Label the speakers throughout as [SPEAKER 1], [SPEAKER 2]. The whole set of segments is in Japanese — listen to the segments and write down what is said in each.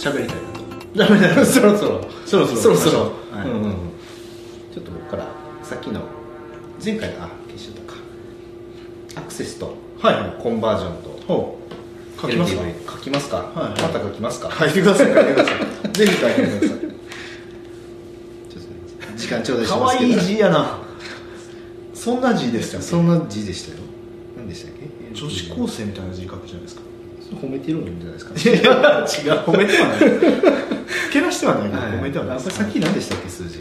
[SPEAKER 1] 喋りたいな
[SPEAKER 2] ダメだよそろそろ
[SPEAKER 1] そろそろ
[SPEAKER 2] そろそろ、
[SPEAKER 1] はい
[SPEAKER 2] うんうんうんちょっと僕からさっきの前回のあ消しとかアクセスと
[SPEAKER 1] はいはい
[SPEAKER 2] コンバージョンと
[SPEAKER 1] ほう書きますか
[SPEAKER 2] LTV 書きますか、
[SPEAKER 1] はいはい
[SPEAKER 2] また書きますか、
[SPEAKER 1] 書いてくだ さい書いてくださいぜひ書いてください
[SPEAKER 2] ちょっとすみません時間ちょうだいし
[SPEAKER 1] 可
[SPEAKER 2] ますけ
[SPEAKER 1] 愛
[SPEAKER 2] ど
[SPEAKER 1] い字やなそんな字でしたっけ
[SPEAKER 2] そんな字でしたよ何でしたっけ
[SPEAKER 1] 女子高生みたいな字書くじゃないですか
[SPEAKER 2] 褒めてるんじゃないですか、
[SPEAKER 1] い や違う褒めてはない けなしてはないけど
[SPEAKER 2] はい
[SPEAKER 1] 褒めてはない
[SPEAKER 2] あ
[SPEAKER 1] で
[SPEAKER 2] これ
[SPEAKER 1] す
[SPEAKER 2] さっき何でしたっけ数字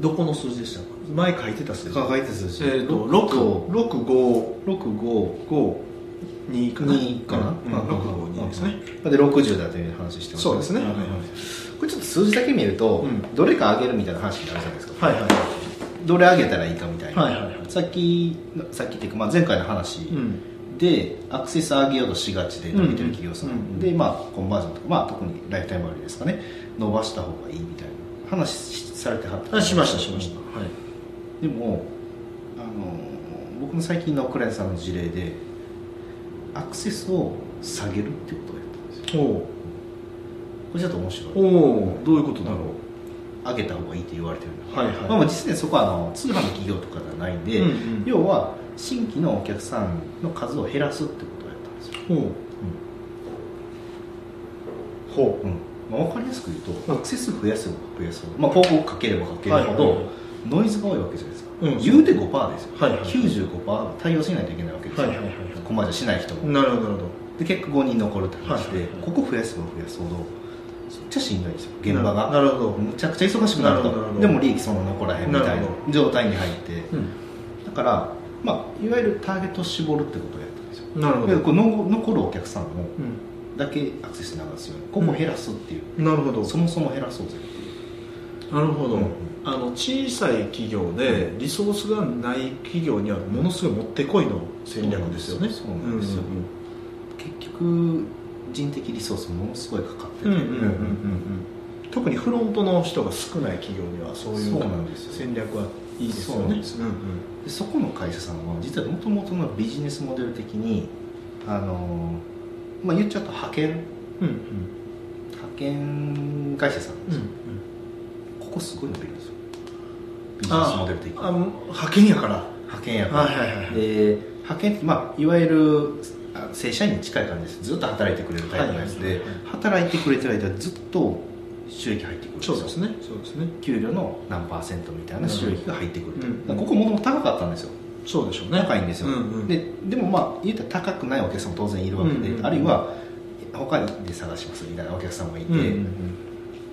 [SPEAKER 1] どこの数字でした前書いてた数字
[SPEAKER 2] 考えた数字
[SPEAKER 1] えっと六六五
[SPEAKER 2] 六五
[SPEAKER 1] 五二かな
[SPEAKER 2] 二かな
[SPEAKER 1] うん六五二ですね
[SPEAKER 2] で60だという話してました
[SPEAKER 1] そうですねはいはい
[SPEAKER 2] これちょっと数字だけ見ると、
[SPEAKER 1] うん
[SPEAKER 2] どれか上げるみたいな話になるじゃないですか、
[SPEAKER 1] はいはい
[SPEAKER 2] どれ上げたらいいかみたいな、
[SPEAKER 1] はいはいはい
[SPEAKER 2] さっきのさっきっていうか、まあ、前回の話
[SPEAKER 1] うん
[SPEAKER 2] で、アクセス上げようとしがちで伸びてる企業さん、
[SPEAKER 1] うんうん
[SPEAKER 2] で、まあ、コンバージョンとか、まあ、特にライフタイム割ですかね伸ばした方がいいみたいな話しされてはった
[SPEAKER 1] あしましたしましたはい
[SPEAKER 2] でもあの僕の最近のクライアントさんの事例でアクセスを下げるってことをやったんですよ
[SPEAKER 1] お
[SPEAKER 2] これちょっと面白い
[SPEAKER 1] おおおどういうことだろ
[SPEAKER 2] 上げた方がいいって言われてるんだ
[SPEAKER 1] うはいはい
[SPEAKER 2] まあ、実際そこはあの通販の企業とかではないんで、
[SPEAKER 1] うんうん
[SPEAKER 2] 要は新規のお客さんの数を減らすってことをやったんですよ、
[SPEAKER 1] ほうほ
[SPEAKER 2] うんまあ、分かりやすく言うと
[SPEAKER 1] う
[SPEAKER 2] ア
[SPEAKER 1] ん
[SPEAKER 2] クセス増やせば増やすほど、まあ、広告かければかけるほど、
[SPEAKER 1] はいはいはい
[SPEAKER 2] ノイズが多いわけじゃないですか、
[SPEAKER 1] うん
[SPEAKER 2] 言うて5%ですよ、
[SPEAKER 1] はいはい
[SPEAKER 2] 95%対応しないといけないわけですよ、
[SPEAKER 1] はいはいはいはい
[SPEAKER 2] コマージャンしない人も、
[SPEAKER 1] うなるほどなるほど
[SPEAKER 2] で結果5人残るって話で、
[SPEAKER 1] はいはいはい
[SPEAKER 2] ここ増やせば増やすほどめっちゃしんどいんですよ現場
[SPEAKER 1] な
[SPEAKER 2] が
[SPEAKER 1] るほど
[SPEAKER 2] むちゃくちゃ忙しくなる
[SPEAKER 1] なるほどなるほ
[SPEAKER 2] と
[SPEAKER 1] ど
[SPEAKER 2] でも利益その残らへんみたい
[SPEAKER 1] なる
[SPEAKER 2] な
[SPEAKER 1] ほ
[SPEAKER 2] 状態に入って、
[SPEAKER 1] う
[SPEAKER 2] だから、まあ、いわゆるターゲットを絞るってことをやったんですよ
[SPEAKER 1] んなるほ
[SPEAKER 2] で
[SPEAKER 1] ど
[SPEAKER 2] この残るお客さんも
[SPEAKER 1] う
[SPEAKER 2] だけアクセス流すようにここ減らすっていう、
[SPEAKER 1] んなるほど
[SPEAKER 2] そもそも減らそうぜっていう
[SPEAKER 1] なるほど、
[SPEAKER 2] うん
[SPEAKER 1] あの小さい企業でリソースがない企業にはものすごいもってこいの戦略ですよね
[SPEAKER 2] そうなんですよ
[SPEAKER 1] うん
[SPEAKER 2] 結局人的リソースものすごいかかってて、
[SPEAKER 1] うんうんうんうんうん特にフロントの人が少ない企業にはそうい
[SPEAKER 2] そう
[SPEAKER 1] う
[SPEAKER 2] なんですよ
[SPEAKER 1] 戦略はいいですよ
[SPEAKER 2] そうなん
[SPEAKER 1] ね
[SPEAKER 2] です
[SPEAKER 1] うんうん
[SPEAKER 2] でそこの会社さんは実はもともとのビジネスモデル的にあのーまあ言っちゃうと派遣
[SPEAKER 1] うん
[SPEAKER 2] 派遣会社さんなんで
[SPEAKER 1] う
[SPEAKER 2] すよ、
[SPEAKER 1] んうん
[SPEAKER 2] ここすごい伸びるんですよビジネス
[SPEAKER 1] あ
[SPEAKER 2] モデル的に
[SPEAKER 1] あもう派遣やから
[SPEAKER 2] 派遣やから、
[SPEAKER 1] はいはいはい
[SPEAKER 2] で派遣って、まあ、いわゆるあ正社員に近い感じですずっと働いてくれるタイプのやつ
[SPEAKER 1] はい
[SPEAKER 2] で
[SPEAKER 1] はいはい
[SPEAKER 2] 働いてくれてる間ずっと収益入ってくるんです
[SPEAKER 1] そ
[SPEAKER 2] よ
[SPEAKER 1] うですねそうですね
[SPEAKER 2] 給料の何パーセントみたいな収益が入ってくると、
[SPEAKER 1] うん
[SPEAKER 2] だからここもともと高かったんですよ
[SPEAKER 1] そうでしょうね
[SPEAKER 2] 高いんですよ、
[SPEAKER 1] うんうん
[SPEAKER 2] ででもまあ言うたら高くないお客さんも当然いるわけで、
[SPEAKER 1] うんうん
[SPEAKER 2] あるいは他で探しますみたいなお客さんもいて、
[SPEAKER 1] うんうん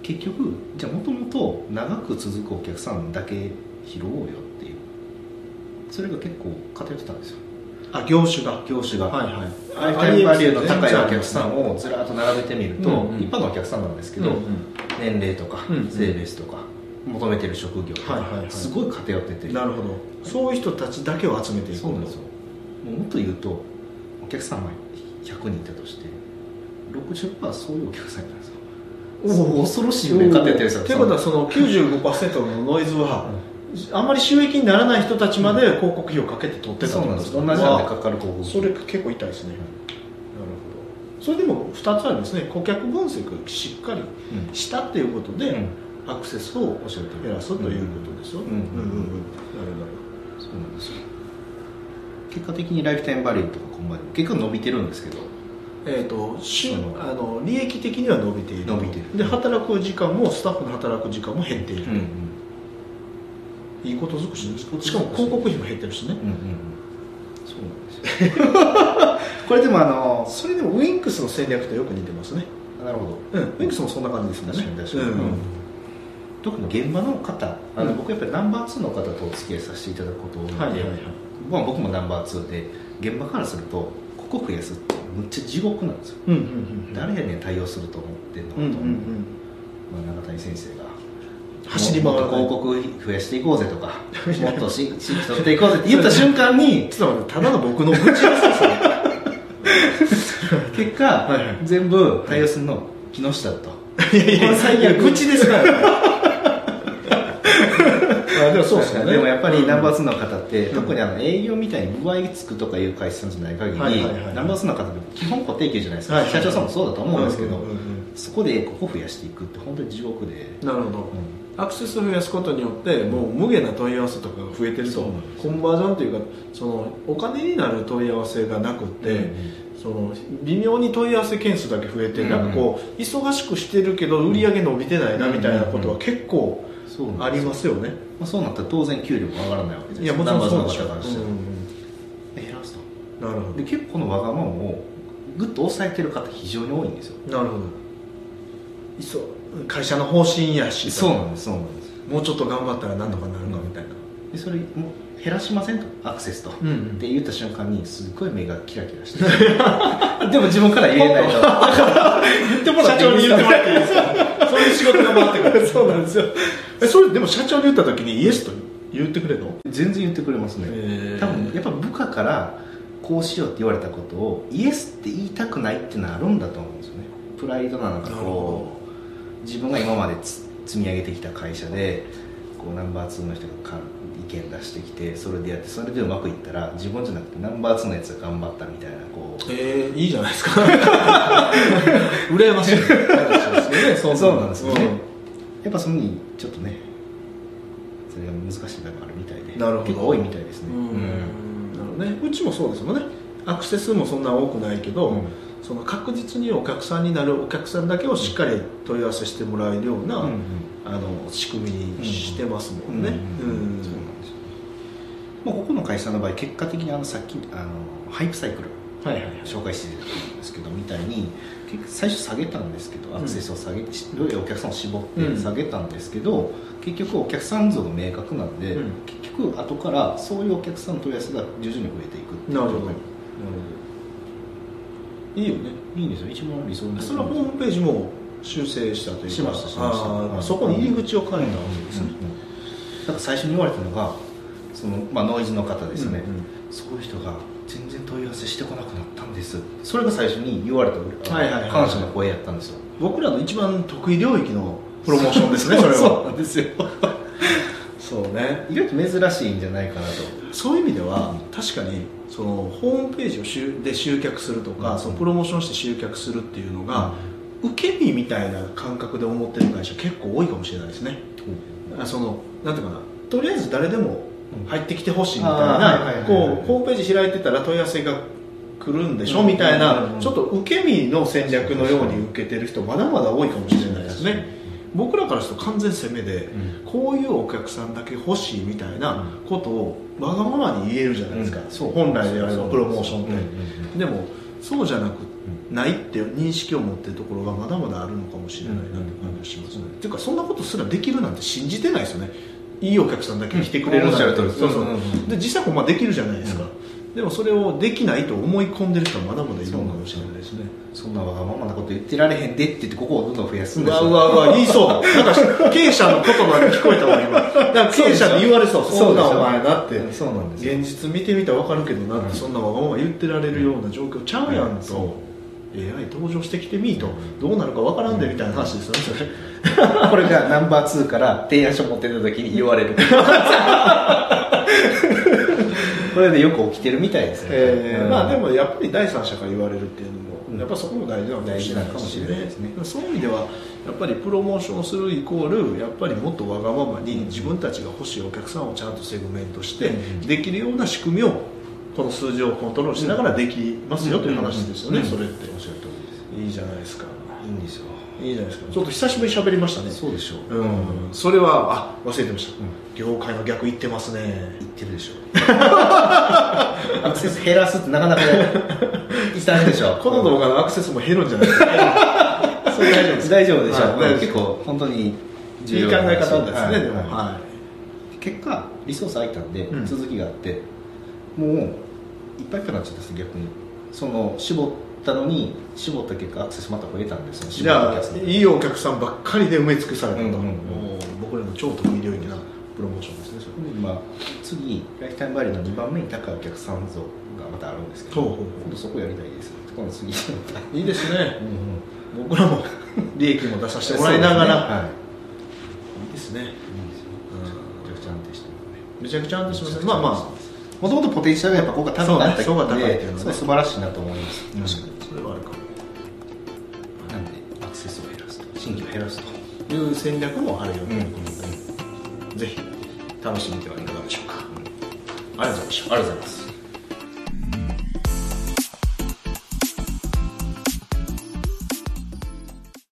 [SPEAKER 2] 結局じゃあもともと長く続くお客さんだけ拾おうよっていうそれが結構偏ってたんですよ
[SPEAKER 1] あ業種が
[SPEAKER 2] 業種が、
[SPEAKER 1] はいはい
[SPEAKER 2] ライフタイムバリューの高いお客さ
[SPEAKER 1] ん
[SPEAKER 2] んをずらっと並べてみると、
[SPEAKER 1] うんうん
[SPEAKER 2] 一般のお客さんなんですけ
[SPEAKER 1] け
[SPEAKER 2] ど、
[SPEAKER 1] どうん
[SPEAKER 2] 年齢とか
[SPEAKER 1] うんうん
[SPEAKER 2] 性別とか求めてる職業とか、
[SPEAKER 1] はいはいはい
[SPEAKER 2] すごい偏ってて
[SPEAKER 1] なるほどそういう人たちだけを集めていく
[SPEAKER 2] そうなんですよもうもっと言うとお客様100人いたとして60%そういうお客さんなんですよ
[SPEAKER 1] おお
[SPEAKER 2] 恐ろしい目方やってるんですよ
[SPEAKER 1] ということはその95%のノイズは、あんまり収益にならない人たちまで広告費をかけて取ってた
[SPEAKER 2] そうなんです同じなんで
[SPEAKER 1] わ
[SPEAKER 2] かかる広告
[SPEAKER 1] それ結構痛いですね、なるほどそれでも2つあるんですね顧客分析しっかり
[SPEAKER 2] うん
[SPEAKER 1] したっていうことで、アクセスを
[SPEAKER 2] おっしゃる通り
[SPEAKER 1] 減らすということですよ、
[SPEAKER 2] うん
[SPEAKER 1] うんうんうんなる
[SPEAKER 2] そうなんですよ結果的にライフタイムバリューとかここまで結果伸びてるんですけど
[SPEAKER 1] ほどえー、とし
[SPEAKER 2] その
[SPEAKER 1] あの利益的には伸びている
[SPEAKER 2] 伸びてる
[SPEAKER 1] で働く時間もスタッフの働く時間も減っている、いいこと尽くしですしかも広告費も減ってるしね
[SPEAKER 2] うんうんうんそうなんですよこれでもあの
[SPEAKER 1] それでもウィンクスの戦略とよく似てますね、
[SPEAKER 2] なるほど
[SPEAKER 1] うん、ウィンクスもそんな感じですもん
[SPEAKER 2] 確
[SPEAKER 1] ね
[SPEAKER 2] かに確かに、
[SPEAKER 1] うん
[SPEAKER 2] うん特に現場の方あの、
[SPEAKER 1] うん
[SPEAKER 2] 僕やっぱりナンバー2の方とお付き合いさせていただくこと多いので、
[SPEAKER 1] はいはいはい
[SPEAKER 2] まあ、僕もナンバー2で現場からするとここ増やすってむっちゃ地獄なんですよ、
[SPEAKER 1] うんうんうん
[SPEAKER 2] 誰やねん対応すると思ってんのかと、
[SPEAKER 1] うんうんうん
[SPEAKER 2] まあ、中谷先生が
[SPEAKER 1] 走り回
[SPEAKER 2] も
[SPEAKER 1] る
[SPEAKER 2] っと広告増やしていこうぜと かもっと新規取っていこうぜって言った瞬間に
[SPEAKER 1] ちょっと待ってただの僕の愚痴ですよそれ
[SPEAKER 2] 結果、
[SPEAKER 1] はいはい
[SPEAKER 2] 全部対応するの木下と、
[SPEAKER 1] いやいや
[SPEAKER 2] これ最悪
[SPEAKER 1] 愚痴ですからあでもそうですよね
[SPEAKER 2] でもやっぱ
[SPEAKER 1] う
[SPEAKER 2] り
[SPEAKER 1] ん
[SPEAKER 2] ナンバー2の方って、
[SPEAKER 1] うん
[SPEAKER 2] 特にあの営業みたいに上合つくとかいう会社さんじゃない限り、
[SPEAKER 1] はいはいはいはい
[SPEAKER 2] ナンバー2の方って基本固定給じゃないですか、
[SPEAKER 1] はいはいはい
[SPEAKER 2] 社長さんもそうだと思うんですけど、
[SPEAKER 1] うんうんうん
[SPEAKER 2] そこでここ増やしていくって本当に地獄で、
[SPEAKER 1] なるほどアクセスを増やすことによってもう無限な問い合わせとかが増えてると
[SPEAKER 2] そうなんです
[SPEAKER 1] コンバージョンというかそのお金になる問い合わせがなくって、その微妙に問い合わせ件数だけ増えて、
[SPEAKER 2] うん
[SPEAKER 1] なんかこう忙しくしてるけど売り上げ伸びてないなみたいなことは結構
[SPEAKER 2] そうなんです
[SPEAKER 1] ありますよね、
[SPEAKER 2] まあ、そうなったら当然給料も上がらないわけです
[SPEAKER 1] いやもちろんそうで
[SPEAKER 2] ナンバー
[SPEAKER 1] し
[SPEAKER 2] ズ
[SPEAKER 1] ょ
[SPEAKER 2] の方からしたら、
[SPEAKER 1] うん
[SPEAKER 2] 減らすと
[SPEAKER 1] なるほ
[SPEAKER 2] で結構このわがままをぐっと抑えてる方非常に多いんですよ
[SPEAKER 1] どなるほどいっそ会社の方針やし
[SPEAKER 2] なんですそうなんです
[SPEAKER 1] もうちょっと頑張ったらなんとかなるかみたいな、
[SPEAKER 2] でそれもう減らしませんとアクセスと、
[SPEAKER 1] うん
[SPEAKER 2] って言った瞬間にすっごい目がキラキラして るでも自分から言えない と 言って
[SPEAKER 1] 社長に言っても
[SPEAKER 2] ら
[SPEAKER 1] らっていいですかそういう仕事が回ってくる そうなんですよえそれでも社長に言った時にイエスと言ってくれるの、
[SPEAKER 2] 全然言ってくれますね、多分やっぱ部下からこうしようって言われたことをイエスって言いたくないってなるんだと思うんですよねプライドなのか
[SPEAKER 1] なる
[SPEAKER 2] こ
[SPEAKER 1] ほ
[SPEAKER 2] う自分が今までつ積み上げてきた会社でこうナンバー2の人がか意見出してきてそれでやってそれでうまくいったら自分じゃなくてナンバー2のやつが頑張ったみたいなこう
[SPEAKER 1] どえー、いいじゃない ですか羨ましい
[SPEAKER 2] 話ですよねそう
[SPEAKER 1] そう
[SPEAKER 2] な
[SPEAKER 1] なん
[SPEAKER 2] ん
[SPEAKER 1] で
[SPEAKER 2] ですす
[SPEAKER 1] よ
[SPEAKER 2] よ
[SPEAKER 1] ね
[SPEAKER 2] ね、やっぱそのにちょっとねそれが難しいところあるみたいで
[SPEAKER 1] なるほど
[SPEAKER 2] 結構多いみたいですね
[SPEAKER 1] うんなるほどねうちもそうですもんねアクセスもそんな多くないけど、
[SPEAKER 2] うん
[SPEAKER 1] その確実にお客さんになるお客さんだけをしっかり問い合わせしてもらえるような、
[SPEAKER 2] うん
[SPEAKER 1] あの仕組みにしてますもんね、
[SPEAKER 2] うん
[SPEAKER 1] うん
[SPEAKER 2] そうなんですよまあここの会社の場合結果的にあのさっきあのハイプサイクル
[SPEAKER 1] はいはいはい
[SPEAKER 2] 紹介してたと思うんですけどみたいに結局最初下げたんですけどアクセスを下げて、どういうお客さんを絞って下げたんですけど、結局お客さん像が明確なんで、
[SPEAKER 1] うん
[SPEAKER 2] 結局後からそういうお客さんの問い合わせが徐々に増えていくっていう
[SPEAKER 1] なるほど
[SPEAKER 2] 状態
[SPEAKER 1] なるほどいいよね
[SPEAKER 2] いいんですよ一番理想の
[SPEAKER 1] それはホームページも修正したというか
[SPEAKER 2] しましたしました
[SPEAKER 1] あー
[SPEAKER 2] はい
[SPEAKER 1] そこに入り口を変えたわけ
[SPEAKER 2] で
[SPEAKER 1] ですす
[SPEAKER 2] ね
[SPEAKER 1] ね、
[SPEAKER 2] だから最初に言われたのがその、まあ、ノイズの方ですね、
[SPEAKER 1] うんうん
[SPEAKER 2] そういう人が全然問い合わせしてこなくなったんですそれが最初に言われた、
[SPEAKER 1] はいはいはい
[SPEAKER 2] 感謝の声やったんですよ
[SPEAKER 1] 僕らの一番得意領域の プロモーションですねそれは
[SPEAKER 2] そうなん ですよ
[SPEAKER 1] そうね
[SPEAKER 2] 意外と珍しいんじゃないかなと
[SPEAKER 1] そういう意味では確かにそのホームページを集で集客すると
[SPEAKER 2] う
[SPEAKER 1] か、
[SPEAKER 2] ん
[SPEAKER 1] そのプロモーションして集客するっていうのが、受け身みたいな感覚で思ってる会社結構多いかもしれないですねあそのなんていうかなとりあえず誰でも入ってきてほしいみたい
[SPEAKER 2] あーはいはい
[SPEAKER 1] な
[SPEAKER 2] はいはい
[SPEAKER 1] こうホームページ開いてたら問い合わせが来るんでしょ、
[SPEAKER 2] うん
[SPEAKER 1] みたいな、
[SPEAKER 2] うん
[SPEAKER 1] ちょっと受け身の戦略のように受けてる人まだまだ多いかもしれないですね僕らからすると完全攻めで、こういうお客さんだけ欲しいみたいなことをわがままに言えるじゃないですか、
[SPEAKER 2] そう
[SPEAKER 1] 本来であればプロモーションって、
[SPEAKER 2] うんうん
[SPEAKER 1] でもそうじゃなくないっていう認識を持ってるところがまだまだあるのかもしれないなって感じがしますね、
[SPEAKER 2] うん
[SPEAKER 1] っていうかそんなことすらできるなんて信じてないですよねいいお客さんだけ
[SPEAKER 2] うん
[SPEAKER 1] 来てくれるなんて、
[SPEAKER 2] おっしゃる通りです
[SPEAKER 1] そうそう、
[SPEAKER 2] うんうんうん
[SPEAKER 1] で実際ほんまできるじゃないですか、でもそれをできないと思い込んでる人はまだまだいるのかもしれないですね
[SPEAKER 2] そんなわがままなこと言ってられへんでって言ってここをどんどん増やすん
[SPEAKER 1] う
[SPEAKER 2] です
[SPEAKER 1] わ
[SPEAKER 2] よ
[SPEAKER 1] うわうわ言いそうなんか経営者の言葉に聞こえたわ今だから経営者に言われそう
[SPEAKER 2] そ
[SPEAKER 1] そうう
[SPEAKER 2] でし
[SPEAKER 1] な
[SPEAKER 2] ょ
[SPEAKER 1] お前だって
[SPEAKER 2] そうなんですよ
[SPEAKER 1] 現実見てみたら分かるけどなって、そんなわがまま言ってられるような状況ちゃうやん
[SPEAKER 2] そう
[SPEAKER 1] と、AI 登場してきてみーとどうなるか分からんでみたいな話ですよね、それ
[SPEAKER 2] これがナンバー2から提案書持ってた時に言われ るこれでよく起きてるみたいですね、
[SPEAKER 1] えー
[SPEAKER 2] うん
[SPEAKER 1] まあでもやっぱり第三者から言われるっていうのも、
[SPEAKER 2] うん
[SPEAKER 1] やっぱそこも大事なのかもしれな
[SPEAKER 2] 大
[SPEAKER 1] いし
[SPEAKER 2] 事なのかもしれないですね
[SPEAKER 1] そういう意味ではやっぱりプロモーションをするイコールやっぱりもっとわがままに自分たちが欲しいお客さんをちゃんとセグメントして、
[SPEAKER 2] うん
[SPEAKER 1] できるような仕組みをこの数字をコントロールしながらできますよという話ですよね、
[SPEAKER 2] うん
[SPEAKER 1] それって
[SPEAKER 2] おっしゃる通りです
[SPEAKER 1] いいじゃないですか
[SPEAKER 2] いいんですよ
[SPEAKER 1] いいじゃないですかちょっと久しぶりに喋りましたね
[SPEAKER 2] そうでしょう
[SPEAKER 1] うんそれはあ忘れてました、
[SPEAKER 2] うん
[SPEAKER 1] 業界の逆行ってますね
[SPEAKER 2] 言ってるでしょ アクセス減らすってなかなか痛いでしょ
[SPEAKER 1] この動画のアクセスも減るんじゃないですかそれ大丈夫ですか
[SPEAKER 2] 大丈夫でしょ、
[SPEAKER 1] はい大丈夫です
[SPEAKER 2] 結構本当に
[SPEAKER 1] いい考え方ですね、
[SPEAKER 2] はい
[SPEAKER 1] でも、
[SPEAKER 2] はい
[SPEAKER 1] は
[SPEAKER 2] 結果リソース空いたんで、
[SPEAKER 1] うん
[SPEAKER 2] 続きがあってもういっぱいいっぱいになっちゃったんです逆にその絞ったのに絞った結果アクセスまた増えたんですよ
[SPEAKER 1] い、
[SPEAKER 2] 絞
[SPEAKER 1] じ
[SPEAKER 2] った
[SPEAKER 1] ゃあ
[SPEAKER 2] 数
[SPEAKER 1] いいお客さんばっかりで埋め尽くされたと、
[SPEAKER 2] うんうんうん
[SPEAKER 1] もう僕らの超得意領域なプロモーションですねそれ
[SPEAKER 2] 今次ライフタイムバリューの2番目に高いお客さん像がまたあるんですけど
[SPEAKER 1] ほうほうほう
[SPEAKER 2] 今度そこやりたいです今度次また
[SPEAKER 1] いいですね
[SPEAKER 2] うんうん
[SPEAKER 1] 僕らも利益も出させてもらいながら、
[SPEAKER 2] はい
[SPEAKER 1] いいですね、
[SPEAKER 2] いいんですよめちゃくちゃ安定
[SPEAKER 1] めちゃくちゃ安定しますねまあ
[SPEAKER 2] も
[SPEAKER 1] ま
[SPEAKER 2] ともとポテンシャルがやっぱここが高かった
[SPEAKER 1] そう
[SPEAKER 2] の
[SPEAKER 1] ね層が高いっていうのはね
[SPEAKER 2] でそれ素晴らしいなと思います
[SPEAKER 1] あ確かにそれはあるか
[SPEAKER 2] うんなんでアクセスを減らすと新規を減らすと
[SPEAKER 1] という戦略もあるよ
[SPEAKER 2] うん
[SPEAKER 1] ね、ぜひ楽しんではいかがでしょうか、ありがとうございました
[SPEAKER 2] ありがとうございます